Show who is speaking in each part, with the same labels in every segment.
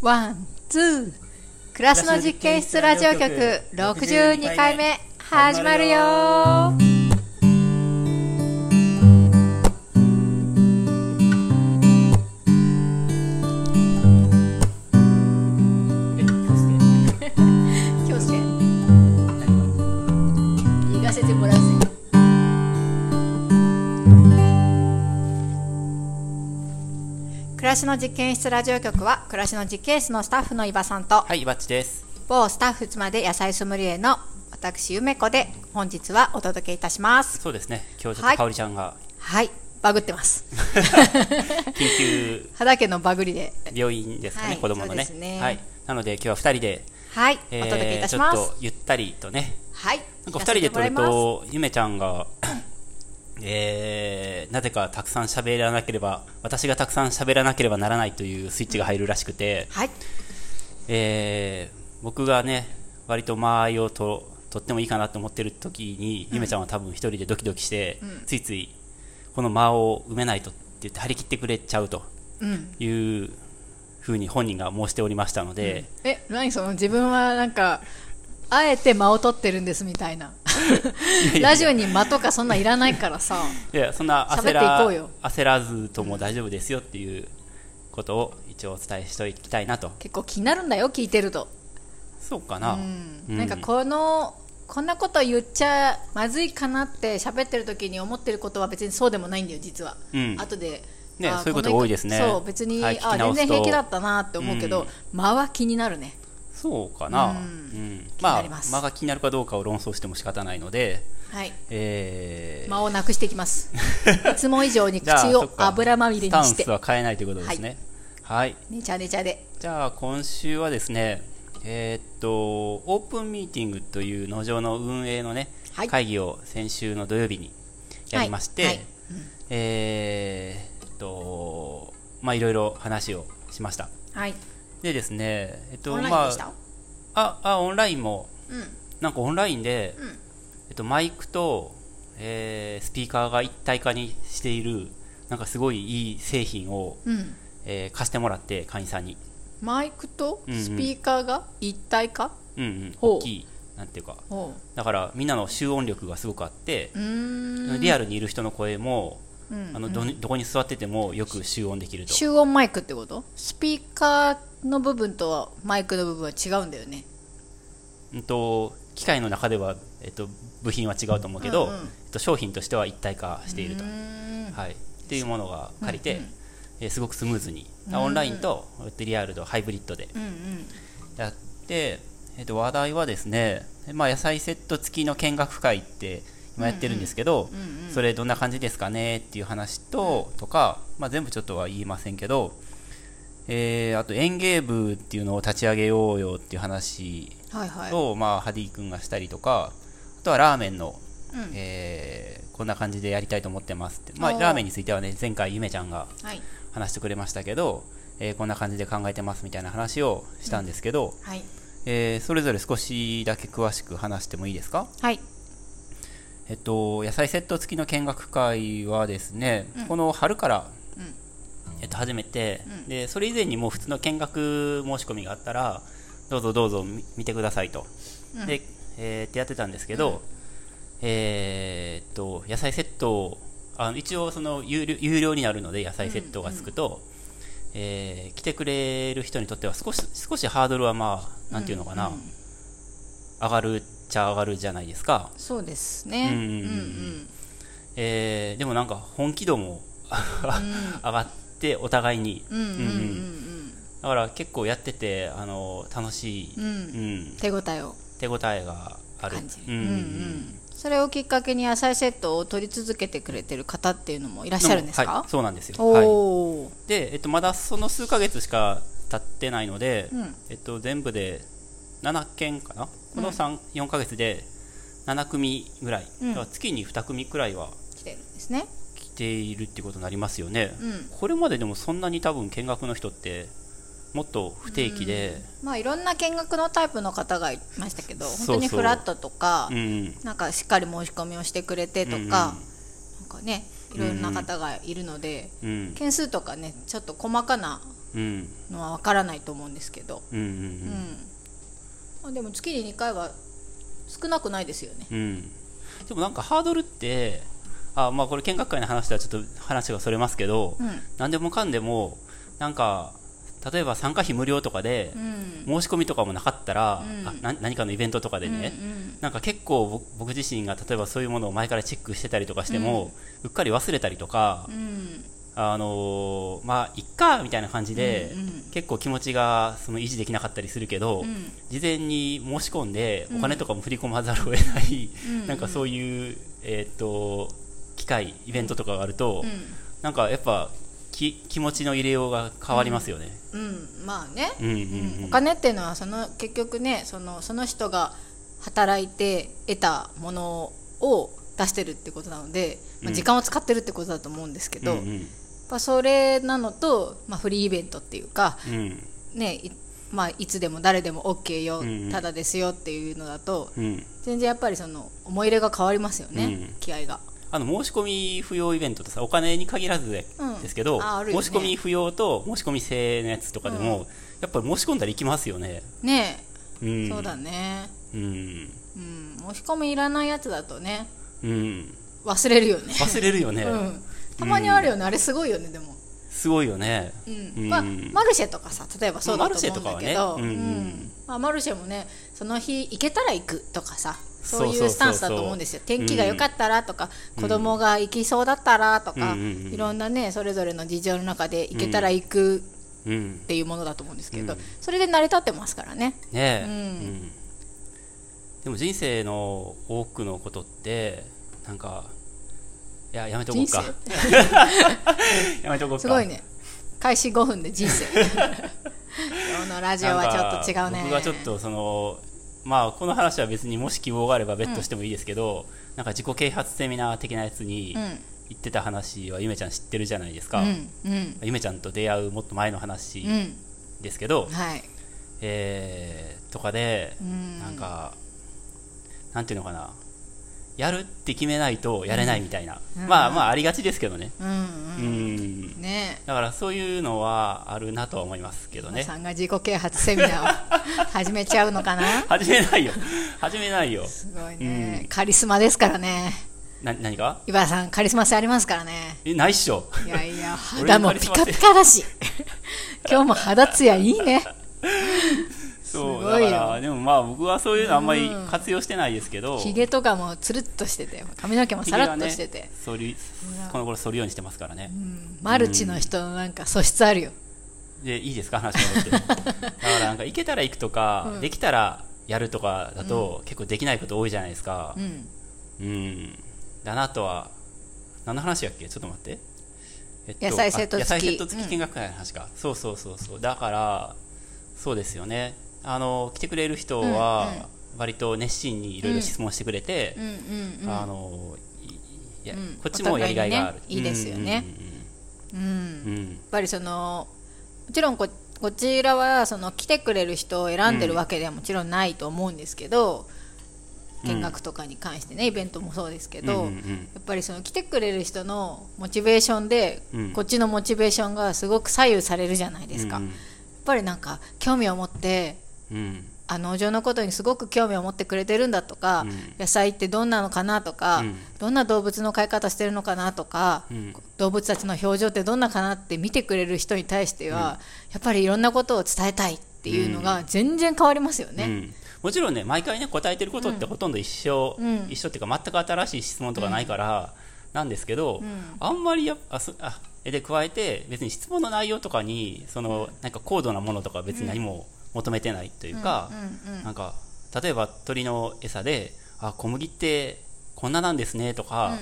Speaker 1: ワン、ツー、クラスの実験室ラジオ局62回目始まるよ京介、行かせてもらうぜ。暮らしの実験室ラジオ局は暮らしの実験室のスタッフの伊庭さんと
Speaker 2: はい、バッチです。
Speaker 1: 某スタッフ妻で野菜ソムリエの私梅子で本日はお届けいたします
Speaker 2: そうですね。今日ちょっ
Speaker 1: はい
Speaker 2: と香りちゃんが
Speaker 1: はいバグってます
Speaker 2: 緊急
Speaker 1: 肌家のバグりで
Speaker 2: 病院ですかね、
Speaker 1: はい
Speaker 2: 子供のね
Speaker 1: そうですね
Speaker 2: はい。なので今日は二人で、
Speaker 1: はい、
Speaker 2: え
Speaker 1: お
Speaker 2: ー
Speaker 1: 届けいたし
Speaker 2: ちょっ
Speaker 1: ます
Speaker 2: とゆったりとね。
Speaker 1: はい
Speaker 2: なんか二人で撮る
Speaker 1: やらせても
Speaker 2: とゆめちゃんが。 えー、なぜかたくさん喋らなければ私がたくさん喋らなければならないというスイッチが入るらしく
Speaker 1: らい
Speaker 2: て、
Speaker 1: ますはい
Speaker 2: えー僕がね割と間合いをと取ってもいいかなと思ってる時に、ゆめちゃんは多分一人でドキドキして、ついついこの間を埋めないとって言って張り切ってくれちゃうと
Speaker 1: うん
Speaker 2: いうふうに本人が申しておりましたので、
Speaker 1: え何その自分はなんかあえて間を取ってるんですみたいなラジオに間とかそんなんいらないからさ
Speaker 2: いやそんな焦
Speaker 1: 喋っ
Speaker 2: ら
Speaker 1: ていこうよ
Speaker 2: 焦らずとも大丈夫ですよっていうことを一応お伝えしておきたいなと
Speaker 1: 結構気になるんだよ聞いてると
Speaker 2: そうかな、
Speaker 1: う、
Speaker 2: うんん
Speaker 1: なんかこのこんなこと言っちゃまずいかなって喋ってる時に思ってることは別にそうでもないんだよ実は、
Speaker 2: うん
Speaker 1: 後で
Speaker 2: ね
Speaker 1: あー
Speaker 2: そういうこと
Speaker 1: の人
Speaker 2: 多いですね
Speaker 1: そう別に、
Speaker 2: はい
Speaker 1: あ
Speaker 2: 聞
Speaker 1: 全
Speaker 2: き直す
Speaker 1: 然
Speaker 2: と
Speaker 1: 平気だったなって思うけど、間は気になるね
Speaker 2: そうかな、
Speaker 1: うん
Speaker 2: うん
Speaker 1: 気に
Speaker 2: ま
Speaker 1: な
Speaker 2: あ
Speaker 1: ります
Speaker 2: 間が気になるかどうかを論争しても仕方ないので、
Speaker 1: はい
Speaker 2: えー
Speaker 1: 間をなくしていきます いつも以上に
Speaker 2: じゃあ
Speaker 1: 口
Speaker 2: そ
Speaker 1: を
Speaker 2: っか
Speaker 1: 油まみれにし
Speaker 2: スタン
Speaker 1: て
Speaker 2: スは変えないということですね。はい。
Speaker 1: ねちゃねちゃで
Speaker 2: じゃあ今週はですね、えーっとオープンミーティングという農場の運営のね、
Speaker 1: はい
Speaker 2: 会議を先週の土曜日にやりまして、
Speaker 1: はいはい
Speaker 2: えーっとまあいろいろ話をしました。
Speaker 1: はい
Speaker 2: でですね、えっと
Speaker 1: オンラインでした、
Speaker 2: まあ、ああオンラインも
Speaker 1: うん
Speaker 2: なんかオンラインで、
Speaker 1: うん
Speaker 2: えっと、マイクと、えースピーカーが一体化にしているなんかすごいいい製品を、
Speaker 1: うん
Speaker 2: えー貸してもらって会員さんに、
Speaker 1: マイクと
Speaker 2: うんうん
Speaker 1: スピーカーが一体化、
Speaker 2: うんうん、
Speaker 1: ほう
Speaker 2: 大きいなんていうか
Speaker 1: おう
Speaker 2: だからみんなの集音力がすごくあって
Speaker 1: う、ーん
Speaker 2: リアルにいる人の声も、あのどにどこに座っててもよく集音できると
Speaker 1: 集音マイクってことスピーカーの部分とはマイクの部分は違うんだよね
Speaker 2: うんと機械の中では、えっと、部品は違うと思うけ
Speaker 1: う
Speaker 2: ど、
Speaker 1: んうん
Speaker 2: えっと、商品としては一体化していると、
Speaker 1: うん
Speaker 2: はい、っていうものが借りて、えーすごくスムーズに、オンラインとえっとリアルとハイブリッドで
Speaker 1: うんうん
Speaker 2: やって、えっと、話題はですね、まあ、野菜セット付きの見学会って今やってるんですけど、
Speaker 1: うん
Speaker 2: それどんな感じですかねっていう話と,、とか、まあ、全部ちょっとは言いませんけど、えーあと園芸部っていうのを立ち上げようよっていう話
Speaker 1: はいはい
Speaker 2: を、まあ、ハディ君がしたりとかあとはラーメンの、
Speaker 1: うん
Speaker 2: えーこんな感じでやりたいと思ってますって、まあ、
Speaker 1: おー
Speaker 2: ラーメンについてはね前回ゆめちゃんが
Speaker 1: はい
Speaker 2: 話してくれましたけど、えーこんな感じで考えてますみたいな話をしたんですけど、
Speaker 1: はい
Speaker 2: えーそれぞれ少しだけ詳しく話してもいいですか
Speaker 1: はい
Speaker 2: えっと、野菜セット付きの見学会はですね、この春から、
Speaker 1: うん
Speaker 2: えっと、始めて、でそれ以前にもう普通の見学申し込みがあったらどうぞどうぞみ見てくださいと、で、えーってやってたんですけど、えーっと野菜セットをあの一応その有料有料になるので野菜セットがつくと、えー来てくれる人にとっては少し少しハードルはまあなんていうのかな、上がるっちゃ上がるじゃないですか、
Speaker 1: そうですね
Speaker 2: うんうんうんえーでもなんか本気度も 上がってお互いに、
Speaker 1: うんうんうんうん
Speaker 2: うんだから結構やっててあの楽しい、
Speaker 1: うんうんうん
Speaker 2: うん
Speaker 1: 手応えを
Speaker 2: 手応えがある
Speaker 1: 感じ
Speaker 2: う
Speaker 1: る
Speaker 2: ん
Speaker 1: うんうんそれをきっかけに野菜セットを取り続けてくれてる方っていうのもいらっしゃるんです
Speaker 2: は
Speaker 1: か
Speaker 2: い、そうなんですよ、はい、
Speaker 1: おお
Speaker 2: で、えっと、まだその数ヶ月しか経ってないので、
Speaker 1: うん
Speaker 2: えっと、全部で7件かなこの3、4ヶ月で7組ぐらい、
Speaker 1: うん
Speaker 2: だから月に2組くらいは
Speaker 1: 来てるんですね
Speaker 2: 来ているってことになりますよね、
Speaker 1: うん
Speaker 2: これまででもそんなに多分見学の人ってもっと不定期で、
Speaker 1: まあいろんな見学のタイプの方がいましたけど
Speaker 2: そう
Speaker 1: 本
Speaker 2: そう
Speaker 1: 当にフラットとか
Speaker 2: うんうん
Speaker 1: なんかしっかり申し込みをしてくれてとか、
Speaker 2: うんうん
Speaker 1: なんかねいろいろな方がいるので、
Speaker 2: うん
Speaker 1: 件数とかねちょっと細かな
Speaker 2: うん
Speaker 1: のは分からないと思うんですけど、
Speaker 2: うんうん
Speaker 1: うんまあ、でも月に2回は少なくないですよね
Speaker 2: うんうんでもなんかハードルってあまあこれ見学会の話ではちょっと話がそれますけど、
Speaker 1: うん
Speaker 2: 何でもかんでもなんか例えば参加費無料とかで、
Speaker 1: うん
Speaker 2: 申し込みとかもなかったら、
Speaker 1: うん
Speaker 2: あな何かのイベントとかでね、
Speaker 1: うんうん
Speaker 2: なんか結構僕僕自身が例えばそういうものを前からチェックしてたりとかしても、うっかり忘れたりとか、
Speaker 1: うん
Speaker 2: あのーまあいっかみたいな感じで、
Speaker 1: うんうん
Speaker 2: 結構気持ちがその維持できなかったりするけど、
Speaker 1: うん
Speaker 2: 事前に申し込んでお金とかも振り込まざるを得ない、
Speaker 1: うん
Speaker 2: なんかそういう、えーっと機会イベントとかがあると、
Speaker 1: うん
Speaker 2: なんかやっぱき気持ちの入れようが変わりますよね。
Speaker 1: うんまあね、
Speaker 2: うんうん
Speaker 1: うんお金っていうのはその結局ねそのその人が働いて得たものを出してるってことなので、ま
Speaker 2: う
Speaker 1: あ、
Speaker 2: ん
Speaker 1: 時間を使ってるってことだと思うんですけど、
Speaker 2: うんうん
Speaker 1: まあ、それなのと、まあ、フリーイベントっていうか、
Speaker 2: うん
Speaker 1: ねいまあ、いつでも誰でも OK よ、
Speaker 2: うんうん
Speaker 1: ただですよっていうのだと
Speaker 2: うん
Speaker 1: 全然やっぱりその思い入れが変わりますよね、
Speaker 2: うん
Speaker 1: 気合が。
Speaker 2: あの申し込み不要イベントってさお金に限らずで
Speaker 1: うん
Speaker 2: ですけど、
Speaker 1: ああるよね
Speaker 2: 申し込み不要と申し込み制のやつとかでも、やっぱり申し込んだら行きますよね、
Speaker 1: ね
Speaker 2: うん、
Speaker 1: そうだね、
Speaker 2: うん、
Speaker 1: うん、申し込みいらないやつだとね
Speaker 2: うん、
Speaker 1: 忘れるよね。
Speaker 2: 忘れるよね、
Speaker 1: うん、たまにあるよね、あれすごいよねでも、
Speaker 2: すごいよね
Speaker 1: うん
Speaker 2: うん
Speaker 1: まあ、マルシェとかさ例えばそうだと思うんだけど、
Speaker 2: マルシェとかはねうんうん
Speaker 1: うんまあ、マルシェもねその日行けたら行くとかさそう
Speaker 2: そ
Speaker 1: いう
Speaker 2: うそうそうそう
Speaker 1: スタンスだと思うんですよ天気が良かったらとか、子供が行きそうだったらとか、
Speaker 2: うんうんうん
Speaker 1: いろんなねそれぞれの事情の中で行けたら行くっ
Speaker 2: うん
Speaker 1: ていうものだと思うんですけど、
Speaker 2: うん
Speaker 1: それで成り立ってますからね。
Speaker 2: ねえ、
Speaker 1: うん
Speaker 2: でも人生の多くのことってなんかいややめとこう
Speaker 1: 人生
Speaker 2: か やめとこうか
Speaker 1: すごいね開始5分で人 生今日のラジオはちょっと違うね
Speaker 2: なんか僕はちょっとそのまあこの話は別にもし希望があれば別途してもいいですけど、なんか自己啓発セミナー的なやつに
Speaker 1: うん
Speaker 2: 行ってた話はゆめちゃん知ってるじゃないですか、
Speaker 1: うんうん
Speaker 2: ゆめちゃんと出会うもっと前の話
Speaker 1: うん
Speaker 2: ですけど、
Speaker 1: はい
Speaker 2: えーとかで、
Speaker 1: うん
Speaker 2: なんかなんていうのかなやるって決めないとやれないみたいな、
Speaker 1: うん
Speaker 2: まあまあありがちですけどね、
Speaker 1: うんうん
Speaker 2: うん
Speaker 1: ね
Speaker 2: だからそういうのはあるなとは思いますけど
Speaker 1: え、ね、
Speaker 2: ね
Speaker 1: さんが自己啓発セミナーを始めちゃうのか な
Speaker 2: 始めないよ始めないよ
Speaker 1: すごいね、カリスマですからね
Speaker 2: な何が
Speaker 1: 岩田さんカリスマ性ありますからね
Speaker 2: えないっしょ
Speaker 1: いやいや
Speaker 2: 俺
Speaker 1: 肌も
Speaker 2: のカリ
Speaker 1: ピ
Speaker 2: スマ性
Speaker 1: カピカだ し今日も肌ツヤいいね
Speaker 2: そう
Speaker 1: すごいよ
Speaker 2: だからでもまあ僕はそういうのあんまり活用してないですけど、
Speaker 1: ひげとかもつるっとしてて髪の毛も
Speaker 2: ひ
Speaker 1: さ
Speaker 2: げ
Speaker 1: ら
Speaker 2: が
Speaker 1: っ
Speaker 2: ね
Speaker 1: としてて、
Speaker 2: 剃りこの頃剃るようにしてますからね、
Speaker 1: うんマルチの人のなんか素質あるよ、
Speaker 2: でいいですか話戻 ってだからなんか行けたら行くとか、できたらやるとかだと、結構できないこと多いじゃないですか
Speaker 1: うん、
Speaker 2: うん、だなとは何の話やっけちょっと待って、えっ
Speaker 1: 野菜セット
Speaker 2: あ
Speaker 1: 付き
Speaker 2: 野菜セット付き見学会の話か、そうそうそうそうだからそうですよねあの来てくれる人は割と熱心にいろいろ質問してくれて、
Speaker 1: うんうん
Speaker 2: あのいいや
Speaker 1: うん
Speaker 2: こっちもやりがいがある、
Speaker 1: お互いにねいいですよねうんうん
Speaker 2: うんうんうん
Speaker 1: やっぱりそのもちろんここちらはその来てくれる人を選んでるわけではもちろんないと思うんですけど、
Speaker 2: うん
Speaker 1: 見学とかに関してねイベントもそうですけ
Speaker 2: うんうん
Speaker 1: ど、
Speaker 2: うん
Speaker 1: や
Speaker 2: うん
Speaker 1: っぱりその来てくれる人のモチベーションで、
Speaker 2: うん
Speaker 1: こっちのモチベーションがすごく左右されるじゃないですか、
Speaker 2: うん
Speaker 1: やっぱりなんか興味を持って
Speaker 2: うんうん
Speaker 1: あ農場のことにすごく興味を持ってくれてるんだとか、
Speaker 2: うん
Speaker 1: 野菜ってどんなのかなとか、
Speaker 2: うん
Speaker 1: どんな動物の飼い方してるのかなとか、
Speaker 2: うん
Speaker 1: 動物たちの表情ってどんなかなって見てくれる人に対しては、やっぱりいろんなことを伝えたいっていうのが全然変わりますよ
Speaker 2: う
Speaker 1: ね。
Speaker 2: ん、もちろんね毎回ね答えてることってほとんど一緒、
Speaker 1: うん
Speaker 2: 一緒っていうか全く新しい質問とかないからなんですけど、あんまりやっあそあえで加えて別に質問の内容とかにそのなんか高度なものとか別に何も求めてないというか、
Speaker 1: うんうん
Speaker 2: なんか例えば鳥の餌であ小麦ってこんななんですねとか、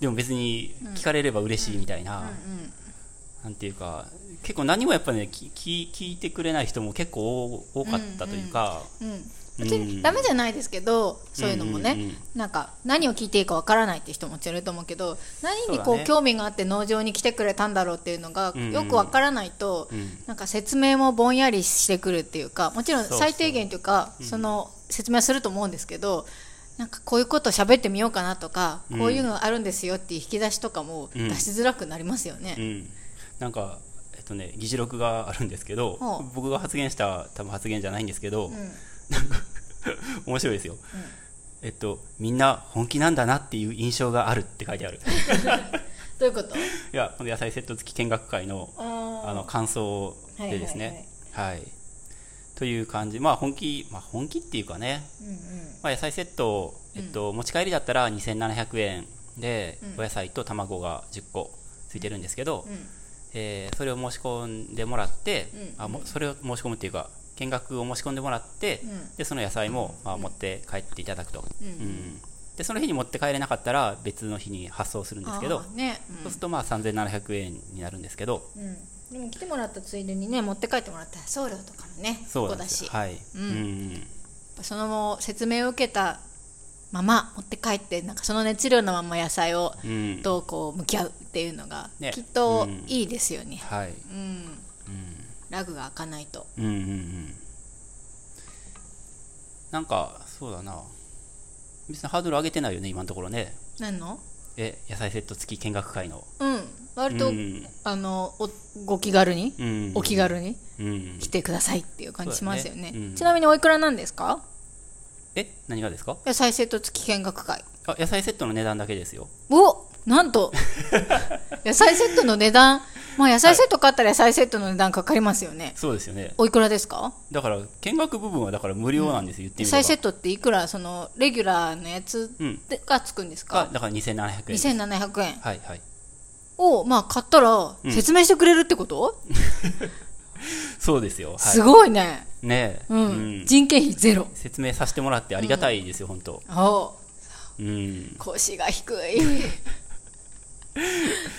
Speaker 2: でも別に聞かれれば嬉しいみたいな、なんていうか結構何もやっぱねきき聞いてくれない人も結構多多かったというか。
Speaker 1: うん
Speaker 2: うん
Speaker 1: 別にダメじゃないですけど、そういうのもね、
Speaker 2: うんうんうん
Speaker 1: なんか何を聞いていいかわからないって人もいると思うけど何にこ
Speaker 2: そううだね
Speaker 1: 興味があって農場に来てくれたんだろうっていうのが
Speaker 2: うんうん
Speaker 1: よくわからないと、
Speaker 2: うん
Speaker 1: なんか説明もぼんやりしてくるっていうかもちろん
Speaker 2: そうそう
Speaker 1: 最低限というかその説明はすると思うんですけどなんかこういうこと喋ってみようかなとか、
Speaker 2: うん
Speaker 1: こういうのあるんですよっていう引き出しとかも
Speaker 2: うん
Speaker 1: 出しづらくなりますよね。
Speaker 2: うん、なんか、えっととね議事録があるんですけど
Speaker 1: ほう
Speaker 2: 僕が発言した多分発言じゃないんですけど、
Speaker 1: うん
Speaker 2: 面白いですよ、えっとみんな本気なんだなっていう印象があるって書いてある
Speaker 1: どういうこと
Speaker 2: いやこの野菜セット付き見学会の
Speaker 1: あ
Speaker 2: あの感想でですねはいという感じまあ本気まあ本気っていうかね
Speaker 1: うんうん
Speaker 2: まあ、野菜セット、えっと持ち帰りだったら2700円で、
Speaker 1: うん
Speaker 2: お野菜と卵が10個ついてるんですけど、
Speaker 1: うん
Speaker 2: えーそれを申し込んでもらって、
Speaker 1: うん
Speaker 2: あもそれを申し込むっていうか見学を申し込んでもらって、
Speaker 1: うん
Speaker 2: でその野菜も、まあ、持って帰っていただくと、
Speaker 1: うん
Speaker 2: うんでその日に持って帰れなかったら別の日に発送するんですけど、
Speaker 1: あーね
Speaker 2: そうするとまあ3700円になるんですけど
Speaker 1: うん、うん、でも来てもらったついでにね持って帰ってもらったら送料とかもね
Speaker 2: そうな
Speaker 1: こ
Speaker 2: ん
Speaker 1: こだ
Speaker 2: です
Speaker 1: し、
Speaker 2: よはい、
Speaker 1: うん
Speaker 2: うん
Speaker 1: その説明を受けたまま持って帰ってなんかその熱量のまま野菜を
Speaker 2: うん
Speaker 1: どうこう向き合うっていうのが
Speaker 2: ね
Speaker 1: きっと
Speaker 2: うん
Speaker 1: いいですよね、
Speaker 2: はい
Speaker 1: うんラグが開かないと
Speaker 2: うんうんうんなんかそうだな別にハードル上げてないよね今のところね
Speaker 1: 何の
Speaker 2: え野菜セット付き見学会の
Speaker 1: うん割と、
Speaker 2: うん
Speaker 1: あのおご気軽に、
Speaker 2: うん
Speaker 1: お気軽に
Speaker 2: うん
Speaker 1: 来てくださいっていう感じしますよね
Speaker 2: そうだねうん
Speaker 1: ちなみにおいくらなんですか
Speaker 2: え何がですか
Speaker 1: 野菜セット付き見学会
Speaker 2: あ野菜セットの値段だけですよ
Speaker 1: おなんと 野菜セットの値段まあ野菜セット買ったら野菜セットの値段かかりますよね、
Speaker 2: そうですよね
Speaker 1: おいくらですか
Speaker 2: だから見学部分はだから無料なんです、言って
Speaker 1: 野
Speaker 2: みれ
Speaker 1: 菜
Speaker 2: ば
Speaker 1: セットっていくらそのレギュラーのやつ
Speaker 2: うん
Speaker 1: でがつくんです
Speaker 2: が
Speaker 1: か、
Speaker 2: だから2700円
Speaker 1: 2700円
Speaker 2: はいはい
Speaker 1: を、まあ、買ったら
Speaker 2: ん
Speaker 1: 説明してくれるってこと、
Speaker 2: そうですよ、は
Speaker 1: すごいね、
Speaker 2: い、ねえ、
Speaker 1: うん
Speaker 2: うん
Speaker 1: 人件費ゼロ
Speaker 2: 説明させてもらってありがたいですよ、本当
Speaker 1: お
Speaker 2: うん
Speaker 1: 腰が低い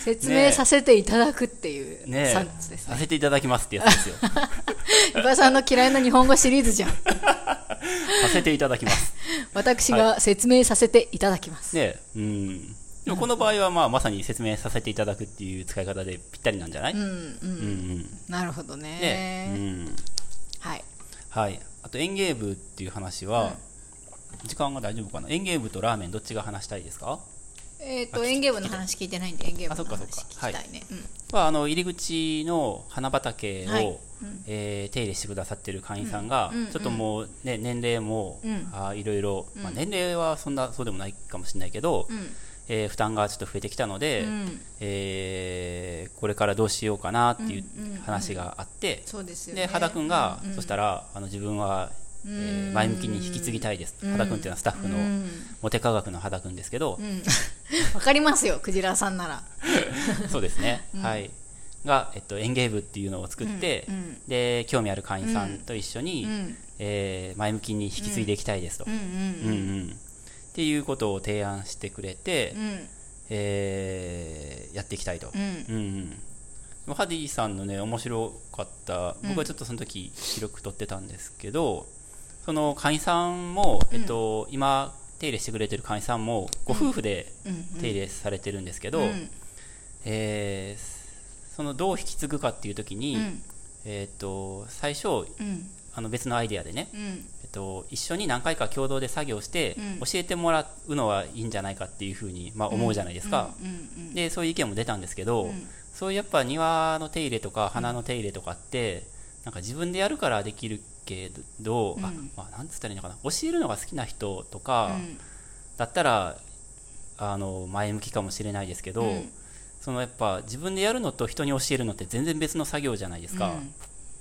Speaker 1: 説明させていただくっていう
Speaker 2: ねえ
Speaker 1: サンツですね
Speaker 2: させていただきますってやつです よさ
Speaker 1: 伊庭さんの嫌いな日本語シリーズじゃん
Speaker 2: せていただき ます
Speaker 1: 私が説明させていただきます、
Speaker 2: ねうん、でもこの場合はまあまさに説明させていただくっていう使い方でぴったりなんじゃない、
Speaker 1: う
Speaker 2: うんん
Speaker 1: うん
Speaker 2: うん
Speaker 1: なるほどね
Speaker 2: ねうん
Speaker 1: はい
Speaker 2: はい、あと園芸部っていう話は、時間が大丈夫かな園芸部とラーメンどっちが話したいですか、
Speaker 1: えっ、と園芸部の話聞いてないんで園芸部
Speaker 2: あそ
Speaker 1: の
Speaker 2: っか
Speaker 1: 話
Speaker 2: そっ
Speaker 1: 聞
Speaker 2: か
Speaker 1: きたいね、うん
Speaker 2: まあ、あの入り口の花畑を、
Speaker 1: はいう
Speaker 2: えー手入れしてくださってる会員さんが、
Speaker 1: うんうん
Speaker 2: ちょっともう、ね、年齢も、
Speaker 1: うん
Speaker 2: あーいろいろ、まあ、年齢はそんなそうでもないかもしれないけど、
Speaker 1: うん
Speaker 2: えー負担がちょっと増えてきたので、
Speaker 1: うん
Speaker 2: えーこれからどうしようかなっていう話があって、
Speaker 1: そうですよね
Speaker 2: で羽田君が、
Speaker 1: うんうん
Speaker 2: そしたらあの自分は、えー前向きに引き継ぎたいです、
Speaker 1: うん
Speaker 2: 羽田君っていうのはスタッフの、
Speaker 1: うん
Speaker 2: モテ科学の羽田君ですけど
Speaker 1: う、んわかりますよクジラさんなら
Speaker 2: そうですね、 はいが、えっと、園芸部っていうのを作って、
Speaker 1: うんうん
Speaker 2: で興味ある会員さんと一緒に、
Speaker 1: うん
Speaker 2: えー前向きに引き継いでいきたいですと、
Speaker 1: うんう
Speaker 2: うん
Speaker 1: ん
Speaker 2: うんっていうことを提案してくれて、
Speaker 1: うん
Speaker 2: えーやっていきたいと。
Speaker 1: うん
Speaker 2: うんうんでもハディさんのね面白かった僕はちょっとその時記録取ってたんですけど、その会員さんも、えっと今手入れしてくれてる会員さんもご夫婦で
Speaker 1: うん
Speaker 2: 手入れされてるんですけど、
Speaker 1: うん
Speaker 2: えーそのどう引き継ぐかっていう時に、
Speaker 1: うん
Speaker 2: えっと最初
Speaker 1: うん
Speaker 2: あの別のアイデアでね、
Speaker 1: うん
Speaker 2: えっと、一緒に何回か共同で作業して、
Speaker 1: うん
Speaker 2: 教えてもらうのはいいんじゃないかっていうふうに、まあ、思うじゃないですか、
Speaker 1: うんうん
Speaker 2: でそういう意見も出たんですけど、
Speaker 1: ん
Speaker 2: そういうやっぱ庭の手入れとか花の手入れとかってなんか自分でやるからできるけど、あ
Speaker 1: うん
Speaker 2: まあ、なんつったらいいのかな教えるのが好きな人とか
Speaker 1: うん
Speaker 2: だったら、あの前向きかもしれないですけど、
Speaker 1: うん
Speaker 2: そのやっぱ自分でやるのと人に教えるのって全然別の作業じゃないですか、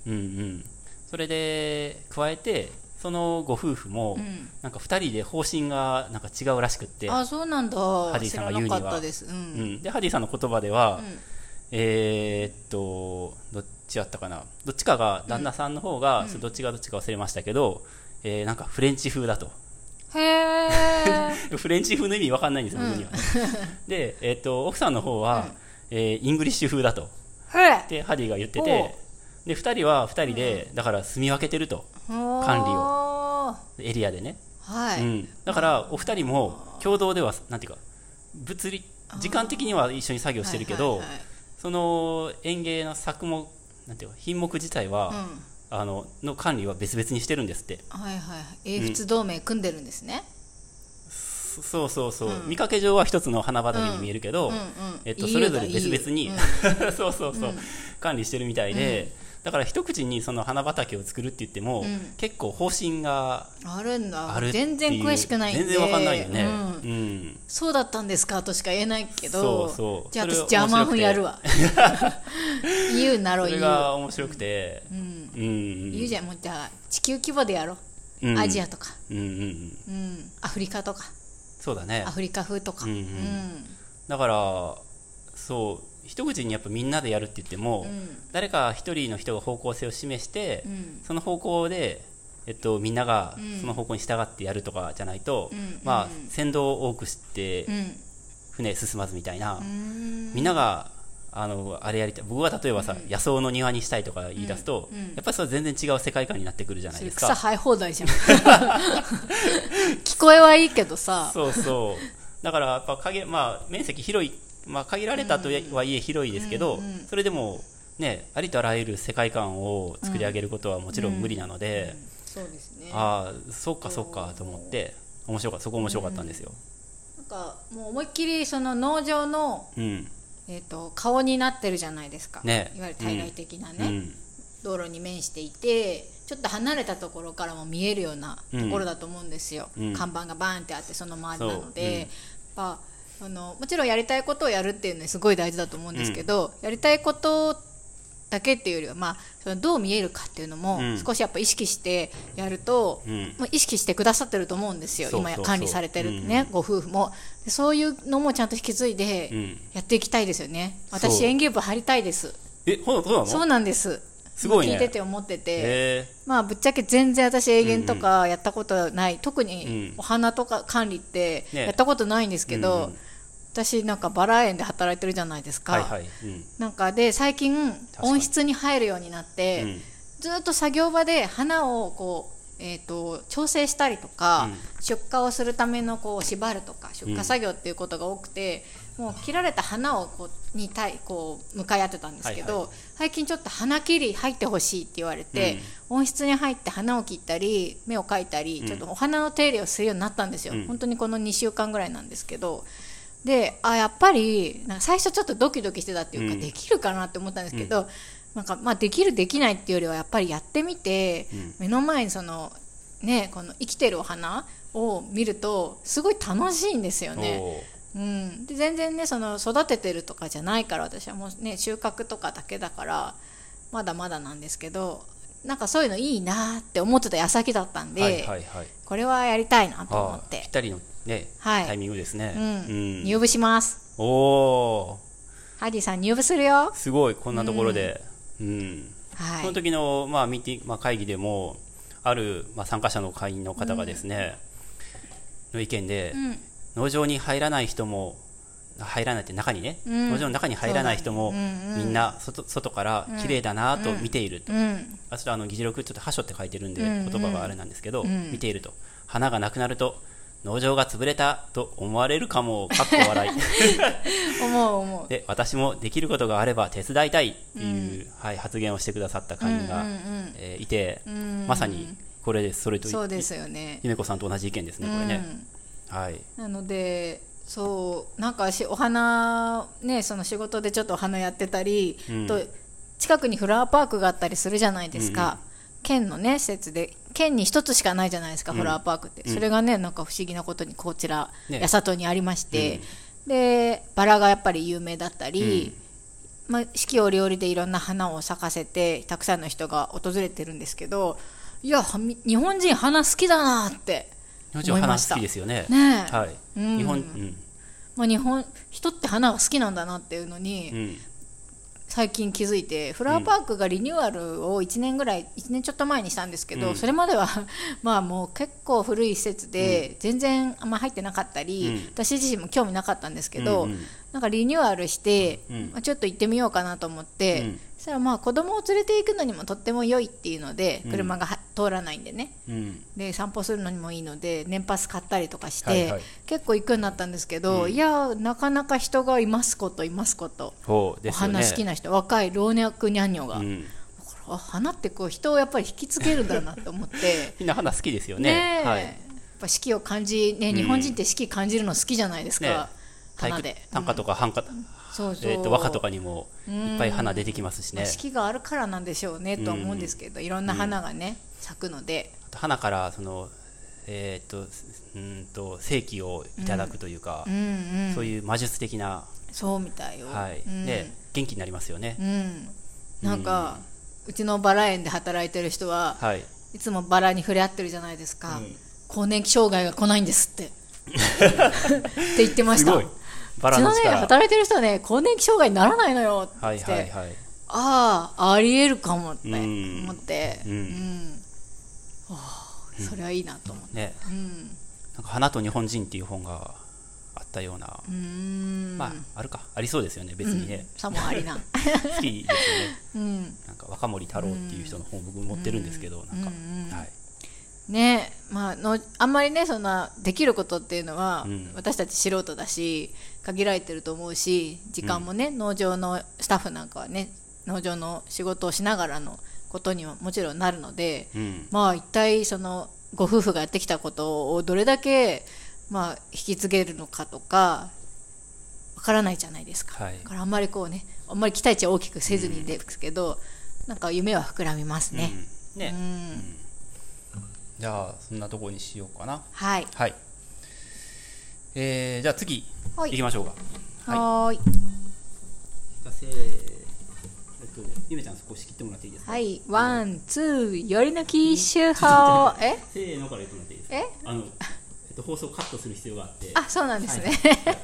Speaker 2: うん、うんそれで加えてそのご夫婦も、
Speaker 1: うん
Speaker 2: なんか2人で方針がなんか違うらしくって、
Speaker 1: あそうなんだ
Speaker 2: ディ
Speaker 1: 知
Speaker 2: さん
Speaker 1: ら
Speaker 2: が言う
Speaker 1: な
Speaker 2: には
Speaker 1: かったですう
Speaker 2: うんん、でハディさんの言葉では、
Speaker 1: うん
Speaker 2: えーっと、どっちやったかな、どっちかが、旦那さんの方が、ちょっとどっちがどっちか忘れましたけど、えーなんかフレンチ風だと。
Speaker 1: へえ
Speaker 2: フレンチ風の意味わかんないんですよ、僕には。で、えーっと、奥さんの方は、えーイングリッシュ風だと。
Speaker 1: へ
Speaker 2: で、ハディが言って
Speaker 1: おう
Speaker 2: て、で、二人は二人で、だから住み分けてると。管理
Speaker 1: を
Speaker 2: エリアでね。
Speaker 1: は
Speaker 2: う
Speaker 1: い
Speaker 2: ん。だから、お二人も、共同では、なんていうか、物理、時間的には一緒に作業してるけど、
Speaker 1: はいはい
Speaker 2: その園芸の作目、なんていうか、品目自体は、
Speaker 1: はいうん
Speaker 2: あのの管理は別々にしてるんですって
Speaker 1: はいはいはい英仏同盟組んでるんですね、
Speaker 2: そうそうそう、
Speaker 1: うん
Speaker 2: 見かけ上は一つの花畑にも見えるけど、
Speaker 1: うんうん
Speaker 2: えっと、
Speaker 1: EU
Speaker 2: それぞれ
Speaker 1: だ
Speaker 2: 別々に、 そうそうそう、管理してるみたいで、だから一口にその花畑を作るって言っても、
Speaker 1: うん
Speaker 2: 結構方針が
Speaker 1: あるんだ
Speaker 2: あるっていう
Speaker 1: 全然詳しくないんで
Speaker 2: 全然わかんないよね、
Speaker 1: うん
Speaker 2: うん
Speaker 1: そうだったんですかとしか言えないけど
Speaker 2: そうそう
Speaker 1: じゃあ
Speaker 2: それ
Speaker 1: 私ジャーマン風やるわ EU なろ
Speaker 2: そうれ
Speaker 1: EU
Speaker 2: が面白くて、
Speaker 1: う
Speaker 2: うん
Speaker 1: ん、
Speaker 2: うんうん、
Speaker 1: EU じゃんもうじゃあ地球規模でやろう、
Speaker 2: うん
Speaker 1: アジアとか、
Speaker 2: うんうんうん、
Speaker 1: うん、アフリカとか
Speaker 2: そうだね
Speaker 1: アフリカ風とか、
Speaker 2: うんうんだからそう一口にやっぱみんなでやるって言っても、
Speaker 1: うん
Speaker 2: 誰か一人の人が方向性を示して、
Speaker 1: うん
Speaker 2: その方向で、えっと、みんなが
Speaker 1: うん
Speaker 2: その方向に従ってやるとかじゃないと、
Speaker 1: うん
Speaker 2: まあ
Speaker 1: うん、
Speaker 2: 船頭を多く知って
Speaker 1: うん
Speaker 2: 船進まずみたいな、
Speaker 1: うん
Speaker 2: みんながあのあれやりたい僕は例えばさ、野草の庭にしたいとか言い出すと、
Speaker 1: うんうん
Speaker 2: やっぱりそれは全然違う世界観になってくるじゃない
Speaker 1: そ
Speaker 2: で
Speaker 1: れ
Speaker 2: す
Speaker 1: 草
Speaker 2: か。
Speaker 1: 生え放題じゃん 聞こえはいいけどさ
Speaker 2: そうそうだからやっぱ限、まあ、面積広い、まあ、限られたとはいえ広いですけど、
Speaker 1: うんうん
Speaker 2: それでも、ね、ありとあらゆる世界観を作り上げることはもちろん無理なので、
Speaker 1: そうですね
Speaker 2: ああそっかそっかと思って面白かったそこ面白かったんですよ。
Speaker 1: なんかもう思いっきりその農場の、
Speaker 2: うん
Speaker 1: えー、と顔になってるじゃないですか、
Speaker 2: ね
Speaker 1: いわゆる対外的なね、
Speaker 2: うん
Speaker 1: 道路に面していてちょっと離れたところからも見えるようなところだと思うんですよ、
Speaker 2: うん
Speaker 1: 看板がバーンってあってその周りなの
Speaker 2: そううん
Speaker 1: で、まあ、あのもちろんやりたいことをやるっていうのはすごい大事だと思うんですけど、やりたいことだけっていうよりは、まあ、そのどう見えるかっていうのも
Speaker 2: うん
Speaker 1: 少しやっぱ意識してやると、
Speaker 2: うん
Speaker 1: もう意識してくださってると思うんですよ
Speaker 2: そうそうそう
Speaker 1: 今管理されてるね、ご夫婦もでそういうのもちゃんと引き継いで
Speaker 2: うん
Speaker 1: やっていきたいですよね
Speaker 2: そ
Speaker 1: 私
Speaker 2: う
Speaker 1: 園芸部入りたいです
Speaker 2: えほんそうなの
Speaker 1: そうなんです
Speaker 2: すごいね
Speaker 1: 聞いてて思ってて、
Speaker 2: へえ
Speaker 1: まあぶっちゃけ全然私営業とかやったことない、特に
Speaker 2: うん
Speaker 1: お花とか管理って
Speaker 2: ね
Speaker 1: やったことないんですけど、
Speaker 2: うんうん
Speaker 1: 私なんかバラ園で働いてるじゃないですか、
Speaker 2: はいはい、うん
Speaker 1: なんかで最近
Speaker 2: かに
Speaker 1: 温室に入るようになって、
Speaker 2: うん
Speaker 1: ずっと作業場で花をこうえー、と調整したりとか、出荷をするためのこう縛るとか出荷作業っていうことが多くて、もう切られた花をこうに対こう向かい合ってたんですけど、
Speaker 2: はい
Speaker 1: 最近ちょっと花切り入ってほしいって言われて、温室に入って花を切ったり目を描いたり、
Speaker 2: ん
Speaker 1: ちょっとお花の手入れをするようになったんですよ、
Speaker 2: うん
Speaker 1: 本当にこの2週間ぐらいなんですけど。であやっぱりなんか最初ちょっとドキドキしてたっていうか、
Speaker 2: うん
Speaker 1: できるかなって思ったんですけど、なんかまあできるできないっていうよりはやっぱりやってみて、
Speaker 2: うん
Speaker 1: 目の前にそのねこの生きてるお花を見るとすごい楽しいんですよね。
Speaker 2: おー
Speaker 1: うん、で全然ねその育ててるとかじゃないから私はもうね収穫とかだけだからまだまだなんですけどなんかそういうのいいなって思ってた矢先だったんで、
Speaker 2: はいはいはい
Speaker 1: これはやりたいなと思
Speaker 2: あ
Speaker 1: っ
Speaker 2: ーぴ
Speaker 1: て
Speaker 2: っ、たりのね、
Speaker 1: はい
Speaker 2: タイミングですね、
Speaker 1: うん
Speaker 2: うん
Speaker 1: 入部します
Speaker 2: おお
Speaker 1: ハディさん入部するよ
Speaker 2: すごいこんなところで、うん
Speaker 1: は
Speaker 2: その
Speaker 1: い
Speaker 2: 時の、まあ、ミーティング、まあ、会議でも、ある、まあ、参加者の会員の方がですね、の意見で、
Speaker 1: ん
Speaker 2: 農場に入らない人も、入らないって中にね、
Speaker 1: ん
Speaker 2: 農場の中に入らない人も、
Speaker 1: そうだねうんうん
Speaker 2: みんな外外から綺麗だなと見ていると、
Speaker 1: うん
Speaker 2: あちょっとあの議事録、ちょっと箇所って書いてるんで、
Speaker 1: うんうん
Speaker 2: 言葉があれなんですけど、
Speaker 1: うん
Speaker 2: 見ていると、花がなくなると、農場が潰れたと思われるかも、かっこ笑い。
Speaker 1: 思う思う
Speaker 2: で私もできることがあれば手伝いたいっていう、はい、発言をしてくださった会員が、
Speaker 1: うんうんうん
Speaker 2: えーいて、
Speaker 1: ん
Speaker 2: まさにこれですそれと
Speaker 1: そうですよね
Speaker 2: ゆめこさんと同じ意見ですねこれね、はい
Speaker 1: なのでそうなんかしお花ねその仕事でちょっとお花やってたり、
Speaker 2: うん
Speaker 1: と近くにフラワーパークがあったりするじゃないですか、県のね施設で県に一つしかないじゃないですか、フラワーパークって、それがねなんか不思議なことにこちら、
Speaker 2: ね
Speaker 1: 八里にありまして、でバラがやっぱり有名だったり、まあ、四季折々でいろんな花を咲かせてたくさんの人が訪れてるんですけどいやはみ日本人花好きだなって
Speaker 2: 日本人
Speaker 1: 思
Speaker 2: は
Speaker 1: い
Speaker 2: 花
Speaker 1: ました
Speaker 2: 好きですよね
Speaker 1: ねえ
Speaker 2: はい、
Speaker 1: うん
Speaker 2: 日本、うん
Speaker 1: まあ、日本人って花が好きなんだなっていうのに、
Speaker 2: うん
Speaker 1: 最近気づいてフラワーパークがリニューアルを1年ぐらい1年ちょっと前にしたんですけど、
Speaker 2: うん
Speaker 1: それまでは まあもう結構古い施設で全然あんま入ってなかったり、
Speaker 2: うん
Speaker 1: 私自身も興味なかったんですけど、
Speaker 2: うんうん
Speaker 1: なんかリニューアルして、
Speaker 2: うん
Speaker 1: まあ、ちょっと行ってみようかなと思って、
Speaker 2: うん
Speaker 1: そしたらまあ子供を連れて行くのにもとっても良いっていうので
Speaker 2: うん
Speaker 1: 車がは通らないんでね。
Speaker 2: うん
Speaker 1: で散歩するのにもいいので年パス買ったりとかして、
Speaker 2: はいはい
Speaker 1: 結構行くようになったんですけど、
Speaker 2: うん
Speaker 1: いやーなかなか人がいますこといますこと
Speaker 2: ほうで
Speaker 1: お
Speaker 2: すよね
Speaker 1: 花好きな人若い老若にゃんにょが、
Speaker 2: う
Speaker 1: だ
Speaker 2: ん、
Speaker 1: か らあ花ってこう人をやっぱり引きつけるんだなと思って
Speaker 2: みんな花好きですよね
Speaker 1: ねえ、
Speaker 2: はい、
Speaker 1: ぱ四季を感じ、ね、
Speaker 2: ん
Speaker 1: 日本人って四季感じるの好きじゃないですか、花で。
Speaker 2: 短歌とか短歌、
Speaker 1: そうそう
Speaker 2: えー、と和歌とかにもいっぱい花出てきますしね
Speaker 1: 四季があるからなんでしょうねとは思うんですけど、いろんな花がね、咲くので、
Speaker 2: あと花からそのえっ、とうーんと正気をいただくというか、
Speaker 1: うんうん、
Speaker 2: そういう魔術的な、
Speaker 1: そうみたいよ。
Speaker 2: はい
Speaker 1: うん
Speaker 2: で元気になりますよね、
Speaker 1: うん、なんか、うちのバラ園で働いてる人は、
Speaker 2: はい
Speaker 1: い、つもバラに触れ合ってるじゃないですか、
Speaker 2: うん
Speaker 1: 更年期障害が来ないんです ってって言ってましたう
Speaker 2: バラ
Speaker 1: ち
Speaker 2: の
Speaker 1: のね
Speaker 2: 力
Speaker 1: 働いてる人はね更年期障害にならないのよって
Speaker 2: は
Speaker 1: 言
Speaker 2: い
Speaker 1: って、
Speaker 2: はいはい
Speaker 1: ああありえるかもって
Speaker 2: うん
Speaker 1: 思って、
Speaker 2: う
Speaker 1: うんんああそれはいいなと思って、
Speaker 2: ね
Speaker 1: うん
Speaker 2: なんか花と日本人っていう本があったような、
Speaker 1: うーん
Speaker 2: まああるかありそうですよね別にね、
Speaker 1: さもありな
Speaker 2: 好きですよね
Speaker 1: うん
Speaker 2: なんか若森太郎っていう人の本僕持ってるんですけど、なんか、はい
Speaker 1: ねまあ、のあんまりねそんなできることっていうのは、
Speaker 2: うん
Speaker 1: 私たち素人だし限られてると思うし時間もね、農場のスタッフなんかはね農場の仕事をしながらのことにはもちろんなるので、
Speaker 2: うん
Speaker 1: まあ一体そのご夫婦がやってきたことをどれだけ、まあ、引き継げるのかとかわからないじゃないですか、
Speaker 2: はい
Speaker 1: だからあんまりこうねあんまり期待値は大きくせずにですけど、なんか夢は膨らみますね。
Speaker 2: うんね、
Speaker 1: うん
Speaker 2: じゃあそんなとこにしようかな
Speaker 1: はい
Speaker 2: はいえー、じゃあ次、
Speaker 1: はい
Speaker 2: い、行きましょうか
Speaker 1: はーい
Speaker 2: じゃあせーえっとねゆめちゃんそこ仕切ってもらっていいですか
Speaker 1: はい、ワン、ツー、寄り抜き手法。え、
Speaker 2: せーのから言ってもらっていいですか
Speaker 1: え、
Speaker 2: あの、えっと、放送カットする必要があって
Speaker 1: あ、そうなんですね。
Speaker 2: はい